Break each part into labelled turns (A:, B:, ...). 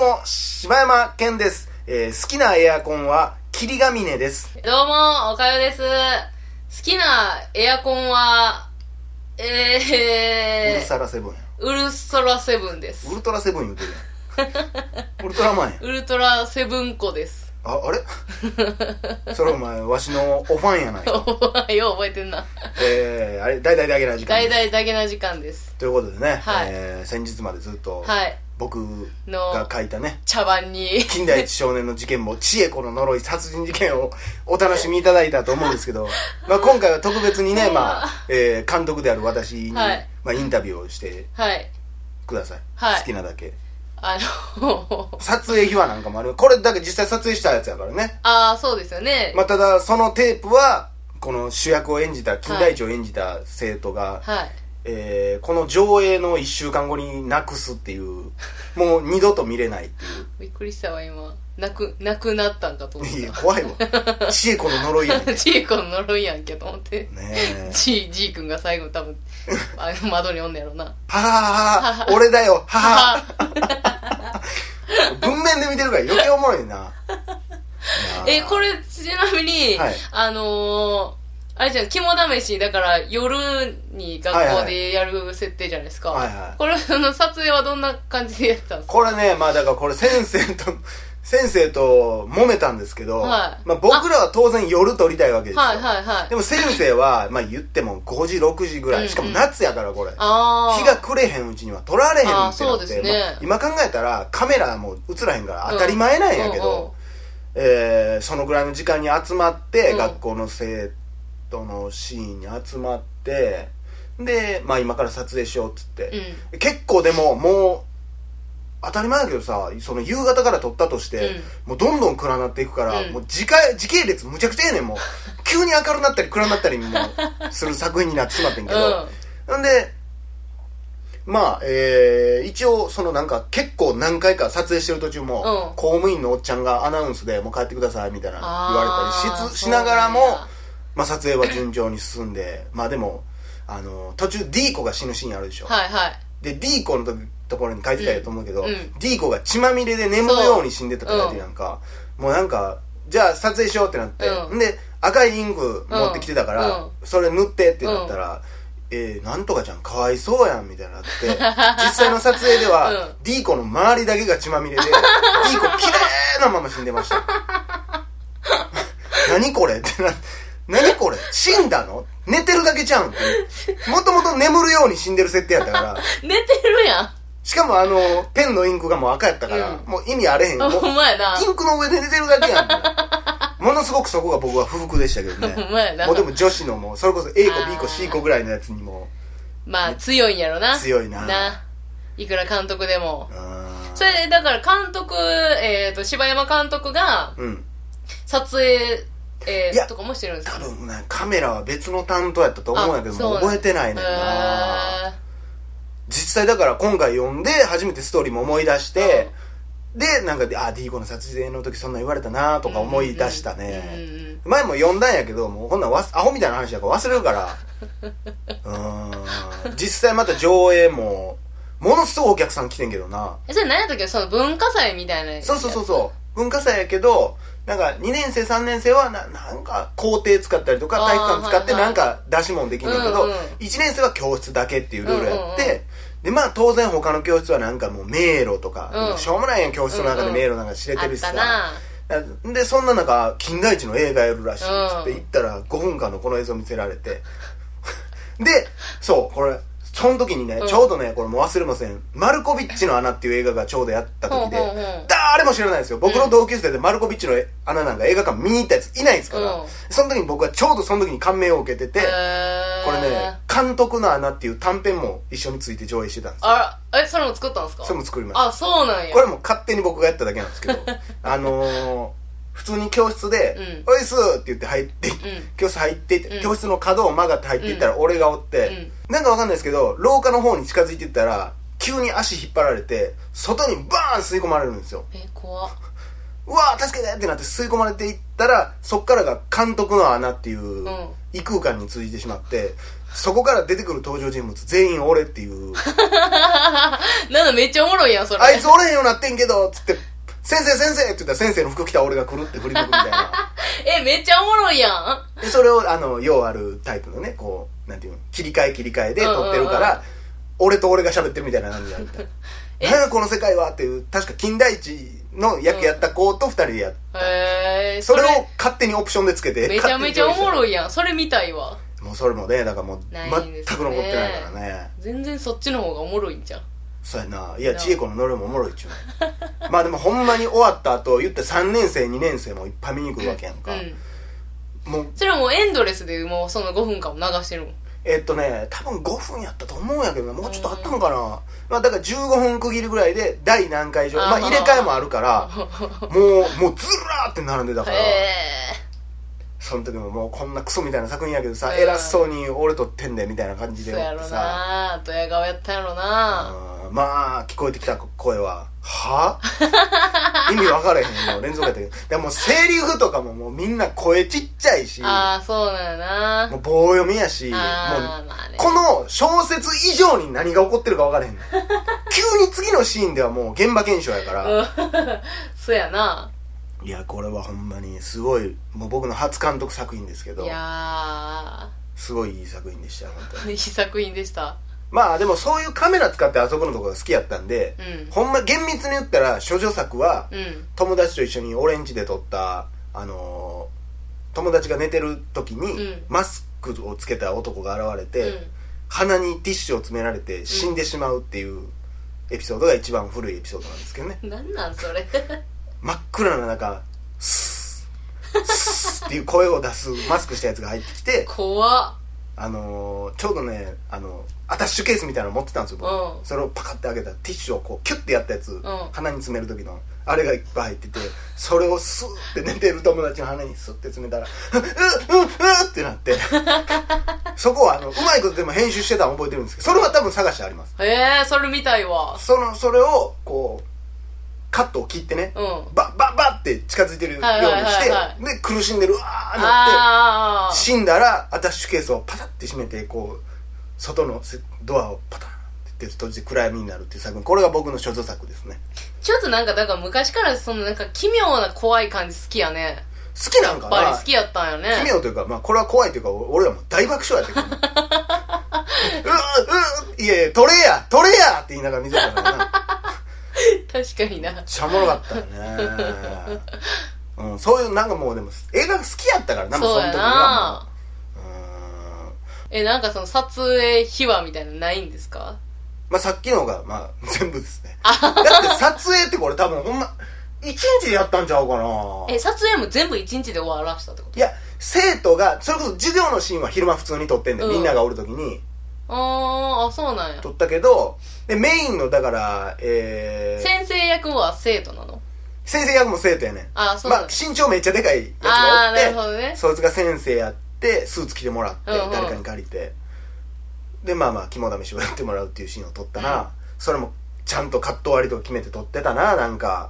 A: も、柴山健です。えー好きなエアコンは、霧ヶ峰です。
B: どうも、おかよです。好きなエアコンは、
A: ウル
B: えー、
A: サラセブンや。
B: ウルソラセブンです
A: ウ。ルトラセブン言うてる やん。ウルトラマンや。
B: ウルトラセブン子です。
A: あ、あれそれお前、わしのおファンやないか。
B: よう覚えてんな。
A: えー、あれ、大々だけな時間
B: 大
A: です。
B: 々だけな時間です。
A: ということでね、
B: はい
A: えー先日までずっと、
B: はい。
A: 僕
B: の
A: が書いたね、
B: 茶番に。
A: 近代一少年の事件も、千恵子の呪い殺人事件をお楽しみいただいたと思うんですけ ど、まあ今回は特別にね、まあ、えー監督である私に、
B: はい
A: まあインタビューをして
B: はい。
A: ください。
B: はい
A: 好きなだけ。
B: あの、
A: 撮影秘話なんかもある。これだけ実際撮影したやつやからね。
B: ああ、そうですよね。
A: まあただ、そのテープは、この主役を演じた、金田一を演じた生徒が、
B: はい。
A: えーこの上映の1週間後になくすっていう、もう二度と見れないっていう。
B: びっくりしたわ、今。なく、なくなったんかと思っ
A: いや、怖いわ。千恵子の呪いやね
B: た。ジーコの呪いやんけと思って。
A: ねえ。
B: ジー、ジー君が最後多分、あの窓におんねやろな。
A: はははは、俺だよ、はは。文面で見てるから余計おもろい な。
B: え、こ
A: れ
B: れ、ちなみに、
A: はい
B: あのー、あれじゃん、肝試し、だから夜に学校でやる設定じゃないですか。
A: はいはい
B: これ、あの、撮影はどんな感じでやったんですか
A: これね、まあだからこれ先生と、 先生と揉めたんですけど、
B: はい
A: まあ僕らは当然夜撮りたいわけですよ。
B: はいはいはい。
A: でも先生は、まあ言っても5時、6時ぐら
B: うんう
A: い。
B: ん
A: しかも夏やからこれ。
B: ああ。
A: 日が暮れへんうちには撮られへんってな
B: あー
A: って、
B: そうですね
A: まあ今考えたらカメラも映らへんから当たり前なんやけど、えーそのぐらいの時間に集まって、
B: うん
A: 学校の生徒のシーンに集まってで、まあ、今から撮影しようっつっ
B: うんうんう
A: て、
B: ん。
A: 結構でももう当たり前だけどさその夕方から撮ったとして、もうどんどん暗なっていくから、
B: うん
A: もう時間時系列むちゃくちゃや ねんもう急に明るなったり暗なったりもうする作品になってしまってんけ
B: うん。うん。
A: ど、んでまあえー一応そのなんか結構何回か撮影してる途中も、
B: うん
A: 公務員のおっちゃんがアナウンスで「もう帰ってください」みたいな言わ
B: あー
A: れたりしつ
B: そ
A: し
B: うな
A: なん
B: や
A: がらも、まあ、撮影は順調に進んでまあでもあの途中 D 子が死ぬシーンあるでしょ、
B: はいはい。
A: で D 子のとところに書いてたやと思うけど、
B: うんうん
A: D 子が血まみれで眠るように死んでたって書いてるやんか、もうなんかじゃあ撮影しようってなって、
B: うん
A: んで赤いインク持ってきてたから、
B: うん
A: それ塗ってってなったら、えーなんとかちゃんかわいそうやんみたいになって実際の撮影では、D 子の周りだけが血ま みれで D 子きれいなまま死んでました 何これってな何これ死んだの寝てるだけちゃうんってもともと眠るように死んでる設定やったから
B: 寝てるやん。
A: しかもあの、ペンのインクがもう赤やったから、
B: うん
A: もう意味あれへん。もう、
B: ほんまやな。
A: インクの上で寝てるだけやんか。ものすごくそこが僕は不服でしたけど
B: ほん
A: ね。
B: まやな
A: もう。でも女子のもう、それこそ A
B: あ
A: 子、
B: ー
A: B 子、C 子ぐらいのやつにも、
B: まあ、強いんやろな。
A: 強いな
B: な。いくら監督でも
A: う。ーん
B: それで、だから監督、えっ、と、柴山監督が、
A: うん。
B: 撮影、え
A: いや
B: ー、とかもしてるんです
A: 多
B: か
A: 分ね、カメラは別の担当やったと思うんやけど
B: あそう
A: も、
B: なん
A: 覚えてないねんな。実際だから今回読んで、初めてストーリーも思い出して、で、なんか、あ、D 子の撮影の時そんな言われたなとか思い出したね。
B: うんうんうん
A: 前も読んだんやけどもうこんなんわすアホみたいな話だから忘れるから うーん実際また上映もものすごいお客さん来てんけどな
B: えそれ何やったっけその文化祭みたいな
A: そうそうそうそう文化祭やけどなんか2年生3年生はななんか校庭使ったりとか体育館使って
B: あーはいは
A: ないんか出し物できんねんけど、
B: うんうん
A: 1年生は教室だけっていうルールやって、
B: うんうん
A: でまあ当然他の教室はなんかもう迷路とか、
B: うん
A: しょうもないやん教室の中で迷路なんか知れて
B: あっ
A: るしさ、
B: たな
A: でそんな中金田一の映画やるらしいっつって
B: うん
A: 行ったら5分間のこの映像見せられて でそうこれその時にね、
B: うん
A: ちょうどねこれもう忘れません「マルコビッチの穴」っていう映画がちょうどやった時で
B: ほうほうほう
A: 誰も知らないですよ僕の同級生でマルコビッチの穴なんか映画館見に行ったやついないですから、
B: うん
A: その時に僕はちょうどその時に感銘を受けてて、
B: へー
A: これね「監督の穴」っていう短編も一緒について上映してたんですよ
B: あらえそれも作ったんですか
A: それも作りました
B: あそうなんや
A: これも勝手に僕がやっただけなんです けどあのー、普通に教室で
B: うん
A: 「おいっす!」って言って入って、教室入っていって、
B: うん
A: 教室の角を曲がって入っていったら俺がおって、なんかわかんないですけど廊下の方に近づいていったら急に足引っ張られて外にバーン吸い込まれるんですよ
B: え怖っ
A: うわー助けてってなって吸い込まれていったらそっからが監督の穴っていう
B: うん
A: 異空間に通じてしまって、そこから出てくる登場人物全員俺っていう
B: なんだめっちゃおもろいやんそ れ
A: あいつおれへんようになってんけどつって「先生先生」って言ったら先生の服着た俺が来るって振り向くみたい な
B: えめっちゃおもろいやん
A: でそれをあのようあるタイプのねこうなんていうの切り替え切り替えで撮ってるから、
B: うんうんうん
A: 俺と俺が喋ってるみたいな感じだみたいな「
B: え
A: 何やこの世界は」っていう確か金田一の役やった子と二人でやっ
B: へえ
A: それを勝手にオプションでつけて
B: めちゃめちゃおもろ
A: い
B: いやんそれ見たいわ
A: もうそれもねだからもう全
B: ないんですね
A: く残ってないからね
B: 全然そっちの方がおもろいんじゃん
A: そうやないや千恵子のノルもおもろいっちゅうねんまあでもほんまに終わった後言って3年生2年生もいっぱい見に来るわけやん
B: う
A: か、
B: ん
A: もう
B: それはもうエンドレスでもうその5分間も流してるもん
A: えっとね多分5分やったと思うんやけどなもうちょっとあったんかな、まあ、だから15分区切りぐらいで第何回以上
B: あー
A: まあ入れ替えもある からもうもうずらーって並んでた
B: へ
A: からその時ももうこんなクソみたいな作品やけどさ、
B: うん
A: 偉そうに俺撮ってんでみたいな感
B: え
A: じで
B: そう
A: 言
B: や
A: って
B: ろ
A: さ
B: なドヤ顔やったやろな
A: うんまあ聞こえてきた声は「 はあ意味分からへんもう連続やったけどでももうセリフとかももうみんな声ちっちゃいしも
B: ああそうなんやな
A: う棒読みやしも
B: あ
A: う
B: ーまあね
A: この小説以上に何が起こってるか分から へん急に次のシーンではもう現場検証やから、
B: うん そうやない
A: やこれはほんまにすごいもう僕の初監督作品ですけ
B: い
A: ど
B: や
A: すごいいい作品でしたよ本当に
B: ー いい作品でした
A: まあでもそういうカメラ使って遊ぶのとかが好きやったんで、
B: うん
A: ほんま厳密に言ったら処女作は
B: うん
A: 友達と一緒にオレンジで撮ったあのー友達が寝てる時に、
B: うん
A: マスクをつけた男が現れ
B: う
A: て、
B: ん
A: 鼻にティッシュを詰められて死んでしまうっていうエピソードが一番古いエピソードなんですけどね
B: なんなんそれ
A: 真っ暗な中スースーっていう声を出すマスクしたやつが入ってきて
B: 怖っ
A: あのーちょうどねあのアタッシュケースみたいなの持ってたんですよ僕、
B: うん
A: それをパカッて開けたらティッシュをこうキュッてやったやつ、鼻に詰める時のあれがいっぱい入っててそれをスーって寝てる友達の鼻にスッて詰めたら「うっうっうっ」ってなって そこはあのうまいことでも編集してたの覚えてるんですけどそれは多分探してあります
B: ええー、それ見たいわ
A: そのそれをこうカットを切ってね、
B: うん
A: バッバッバッって近づいてるようにして、
B: はいはいはいは
A: で苦しんでるうわーなって
B: ああ
A: 死んだらアタッシュケースをパタッて閉めてこう外のせドアをパタンって閉じて暗闇になるっていう作品これが僕の所蔵作ですね
B: ちょっとなんかだから昔からそのなんか奇妙な怖い感じ好きやね
A: 好きなん
B: や
A: か
B: っぱ
A: な
B: り好きやったんよ
A: 奇
B: ね
A: 妙というか、まあ、これは怖いというかお俺らもう大爆笑やったけどねうううういやいや取れや取れやって言いながら見てたからなめっ
B: 確かにな
A: ちゃおもろかったよね、 うん、そういうなんかもうでも映画が好きやったからなもう
B: そ
A: そ
B: う
A: の
B: や
A: 時は
B: な
A: もううん
B: えなんかその撮影秘話みたいなのないんですか
A: まあ、さっきのが、まあ、 全部ですね。だって撮影ってこれ多分ほんま、一日でやったんちゃうかな
B: え撮影も全部一日で終わらしたってこと
A: いや、生徒が、それこそ授業のシーンは昼間普通に撮ってんで、
B: うん
A: みんながおる時に
B: あーあそうなんや
A: 撮ったけど、で、メインの、だから、えー、
B: 先生役は生徒なの
A: 先生役も生徒やねん。
B: あそう
A: ま
B: な
A: あ、
B: の
A: 身長めっちゃでかいやつが
B: あ
A: おっ
B: あー
A: て、
B: なるほどね
A: そいつが先生やって、スーツ着てもらって、
B: うんうん
A: 誰かに借りて、で、まあまあ、肝試しをやってもらうっていうシーンを撮ったな、
B: うん
A: それもちゃんとカット割りとか決めて撮ってたな、なんか、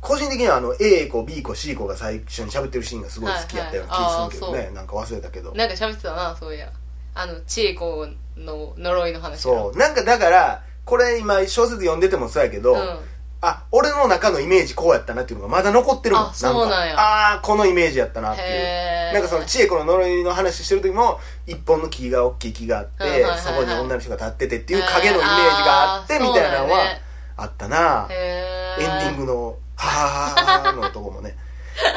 A: 個人的にはあの、A 子、B 子、C 子が最初に喋ってるシーンがすごい好きやったような気がするけどね、
B: はいは
A: なんか忘れたけど。
B: なんか喋ってたなそういやあの千恵子の呪いの話や
A: そう、なんかだから、これ今小説読んでてもそうやけど、
B: うん
A: あ、俺の中のイメージこうやったなっていうのがまだ残ってるもん。
B: あそうなんや
A: かああ、このイメージやったなってい
B: へ
A: う。
B: ー
A: なんかその、千恵子の呪いの話してる時も、一本の木が大きい木があって、
B: はいはいはいはい
A: そこに女の人が立っててっていう影のイメージがあって、
B: へーあー
A: みたいなのは
B: そうだね
A: あったな。
B: へ
A: エンディン
B: グ
A: グの、ははははのとこもね。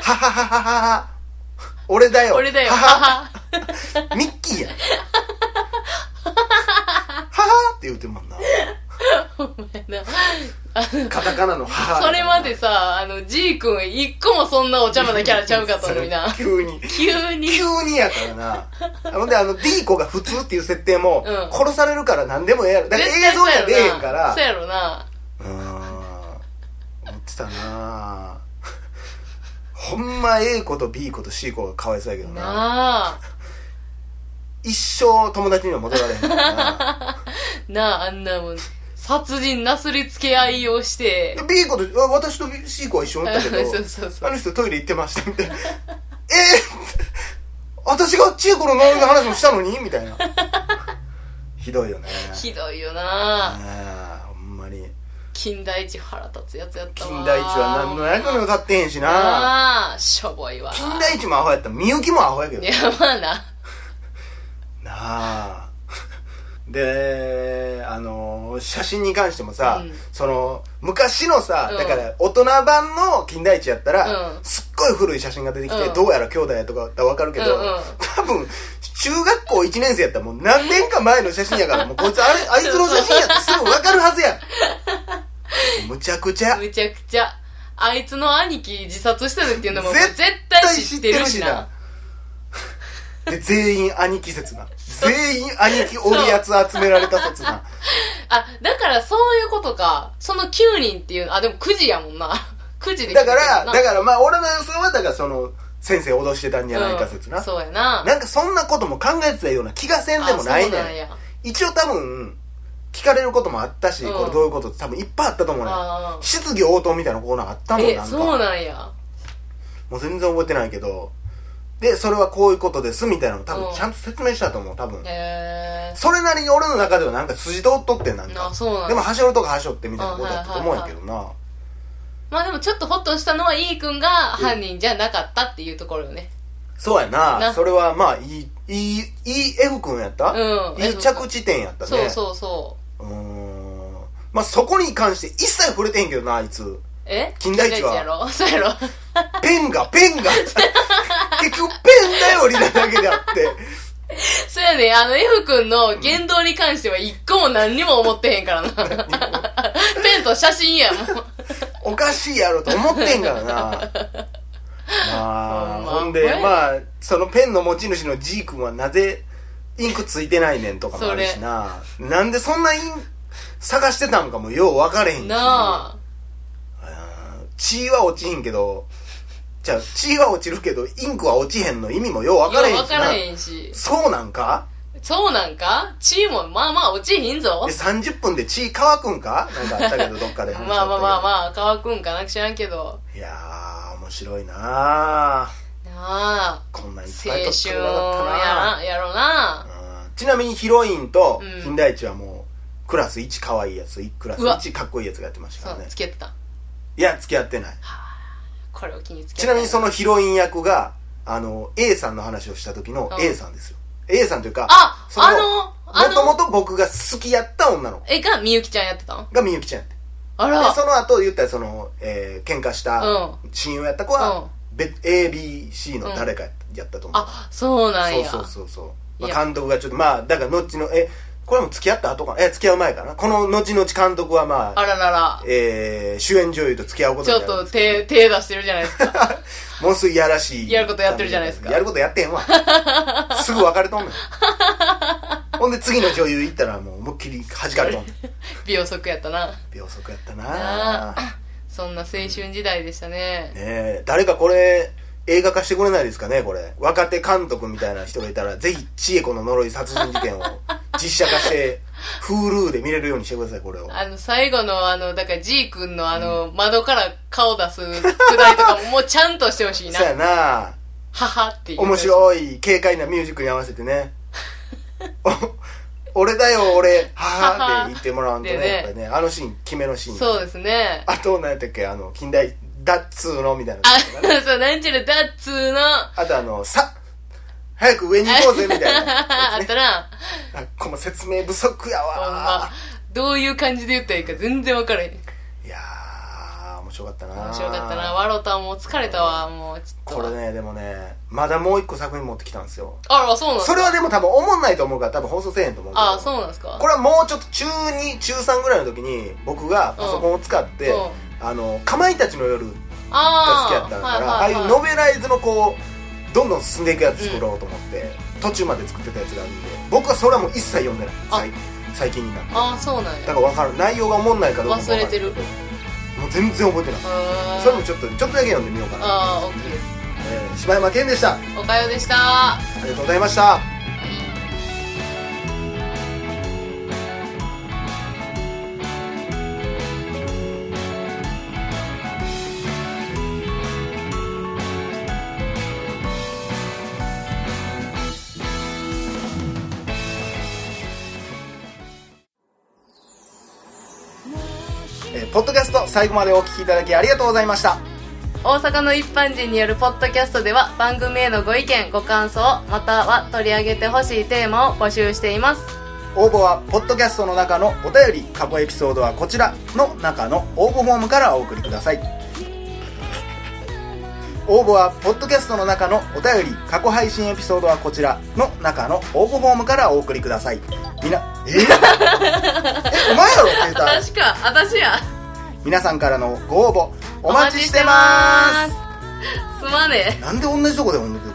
A: はははははは。俺だよ。
B: 俺だよ
A: はは は。ミッキーやん。ははって言うてんもんな。カタカナのはは。
B: それまでさあの G 君一個もそんなお茶目なキャラちゃうかったのにな
A: それ 急に。
B: 急に
A: 急にやからな。ほんで、あの、D 子が普通っていう設定も
B: うん、
A: 殺されるから何でもええやろ。だから映像やでええへんから
B: そう。やろな
A: うーん。思ってたな ほんま A 子と B 子と C 子がかわいそうやけどな。
B: なあ
A: 一生友達には戻られへんから な。
B: なああんなもん殺人なすりつけ合いをして
A: で B 子と、あ私と C 子は一緒におったけど、
B: そうそうそう
A: あの人トイレ行ってましたみたいな。えー私が千恵子の呪いの話もしたのにみた いなひどいよね
B: ひどいよな
A: あーほんまに
B: 金田一腹立つやつやったわ
A: 金田一は何の役にも立ってへんしな
B: なあしょぼいわ
A: 金田一もアホやったらみゆきもアホやけど
B: いやまあな
A: なあ であの写真に関してもさ、
B: うん
A: その昔のさ、
B: うん
A: だから大人版の金田一やったら、
B: うん
A: すっごい古い写真が出てきて、
B: うん
A: どうやら兄弟やとかだったらわかるけど、
B: うんうん
A: 多分中学校1年生やったらもう何年か前の写真やからもうこいつあれあいつの写真やってすぐわかるはず やんむちゃくちゃ
B: むちゃくちゃあいつの兄貴自殺したでっていうのも
A: 絶
B: 絶対知ってるしな
A: で全員兄貴説な全員兄貴おるやつ集められた説な
B: あだからそういうことかその9人っていうあでも9時やもんな9時で
A: だから、
B: な
A: だからまあ俺の予想は、だからその、先生脅してたんじゃないか説な。
B: うんそうやな
A: なんかそんなことも考えてたような気がせんでもない
B: あそうなん
A: ねん。
B: や
A: 一応多分、聞かれることもあったし、
B: うん
A: これどういうことって多分いっぱいあったと思うねん。
B: あー
A: 質疑応答みたいなコーナーあったもん、
B: え
A: なん
B: そう
A: か。
B: なんや
A: もう全然覚えてないけど。で、それはこういうことですみたいなのも多
B: う
A: 分
B: ん
A: ちゃんと説明したと思う、多分。
B: へえ
A: それなりに俺の中ではなんか筋通っとってんなんか
B: あ。そうなんや
A: でも、はしょるとかはしょってみたいなことだったと思うんやけどな。
B: まあでもちょっとホッとしたのは E 君が犯人じゃなかったっていうところよね
A: そうやな。
B: な
A: それはまあ、いい、いい、いい F 君やった
B: うん
A: いい着地点やったね。
B: そうそうそう
A: うーん。まあ、そこに関して一切触れてへんけどな、あいつ。
B: え
A: 金田一は
B: 金やろ そうやろ
A: ペンが、ペン が。結局、ペン頼りなだけであって。
B: そうやねあの F 君の言動に関しては一個も何にも思ってへんか らなペンと写真やもん
A: おかしいやろと思ってんから な。まあ、
B: ほんま
A: ほんで
B: ほ、んま
A: まあ、そのペンの持ち主の G 君はなぜインクついてないねんとかもあるしな。なんでそんなイン、探してたんかもよう分かれへんし。
B: なあ
A: あー血は落ちへんけど、じゃあ血は落ちるけど、インクは落ちへんの意味もよう分からへんしな。
B: よう分からへんし
A: そうなんか
B: そうなんかチームまあまあ落ちひんぞ
A: で、30分で血乾くんかなんかあったけど、どっかで
B: まあ
A: 話し
B: まあまあまあ
A: あ。
B: まあ乾くんかな知らんけど
A: いやー、面白いなー
B: なあ
A: こんなんいっ
B: 青
A: ぱい撮って
B: 春
A: もよかっ
B: やなやろな
A: たなうんちなみにヒロインと
B: うん
A: 金田一はもう、クラス1可愛いやつ、クラス
B: うわ
A: 1かっこいいやつがやってました
B: そ
A: から
B: う
A: ね。
B: 付き合ってた
A: いや、付き合ってない。
B: これを気に付き
A: ち
B: 合
A: な
B: って
A: みにそのヒロイン役が、あの、A さんの話をした時の
B: うん
A: A さんですよ。A さんというか、
B: あ
A: そ
B: あのあ
A: もとも
B: の
A: と僕が好きやった女の子
B: えがみゆきちゃんやってたん
A: がみゆきちゃんやって。
B: あ
A: で、
B: ら
A: その後言ったらその、えー喧嘩した
B: う
A: 親友やった子
B: うん
A: は、別 ABC の誰かやったと思う。
B: あそうなんや
A: そうそうそうそう。
B: い
A: ま
B: や
A: あ、監督がちょっと、まあ、だから後の、え、これも付き合った後かなえ、付き合う前かなこの後々監督はまあ、
B: あららら
A: えー主演女優と付き合うこと
B: ち
A: に
B: ょ
A: なる
B: っ
A: んですけど
B: と手手出してるじゃないですか
A: もうすぐいやらしい。
B: やることやってるじゃないですか
A: やることやってへんわ。 すぐ別れとんねん。ほんで次の女優行ったらもう思いっきり弾かれとんね ん。
B: 秒速やったな
A: 秒速やったな
B: な
A: ぁ。
B: そんな青春時代でしたね
A: ねえ、誰かこれ、映画化してくれないですかね、これ。若手監督みたいな人がいたら、ぜひ、千恵子の呪い殺人事件を実写化して、Hulu で見れるようにしてください、これを。
B: あの最後のあのだから G 君のあの窓から顔出すくだりとかももうちゃんとしてほしいな
A: そうやなぁ。
B: 母っていう
A: 面白い軽快なミュージックに合わせてね お俺だよ俺母って言ってもらわんとね
B: でね
A: やっぱりねあのシーン決めのシーン
B: そうですね
A: あと何やったっけあの近代ダッツーのみたいな
B: あ
A: のとかね
B: そうなんちゅうのダッツーのあ
A: あとあのさ早く上に行こうぜみたいな やつ
B: っ
A: ね
B: たら
A: あこの説明不足や
B: ほんま
A: わ
B: どういう感じで言ったらいいか全然分からへん
A: いやー面白かったな
B: 面白かったなワロタンもう疲れたわもうちょっと
A: これねでもねまだもう一個作品持ってきたんですよ
B: あらそうなんです
A: そ
B: か
A: れはでも多分思んないと思うから多分放送せえへんと思うけど
B: あそうなんですか
A: これはもうちょっと中2中3ぐらいの時に僕がパソコンを使って、
B: うんうん
A: あのかまいたちの夜が好
B: あ
A: き
B: ー
A: やったから、
B: はいはい
A: ああ
B: は
A: いう
B: い
A: ノベライズのこうどんどん進んでいくやつ作ろうと思って、途中まで作ってたやつがあるんで僕はそれはもう一切読んでない
B: あ
A: 最最近になって
B: あーそうなん
A: だ
B: や
A: から分かる内容がおもんないかどうかも分か
B: 忘れてるう
A: もう全然覚えてない
B: ーん
A: それもちょっとちょっとだけ読んでみようかな、
B: ああ OK です
A: えー柴山健でしたあ
B: おかよでした
A: りがとうございましたえーポッドキャスト最後までお聞きいただきありがとうございました
B: 大阪の一般人によるポッドキャストでは番組へのご意見ご感想または取り上げてほしいテーマを募集しています
A: 応募はポッドキャストの中のお便り過去エピソードはこちらの中の応募フォームからお送りください応募はポッドキャストの中のお便り過去配信エピソードはこちらの中の応募フォームからお送りくださいみなえ えお前やろ携帯
B: 確か私や
A: 皆さんからのご応募お待ちしてます
B: すまねえ
A: なんで同じとこで同じとこ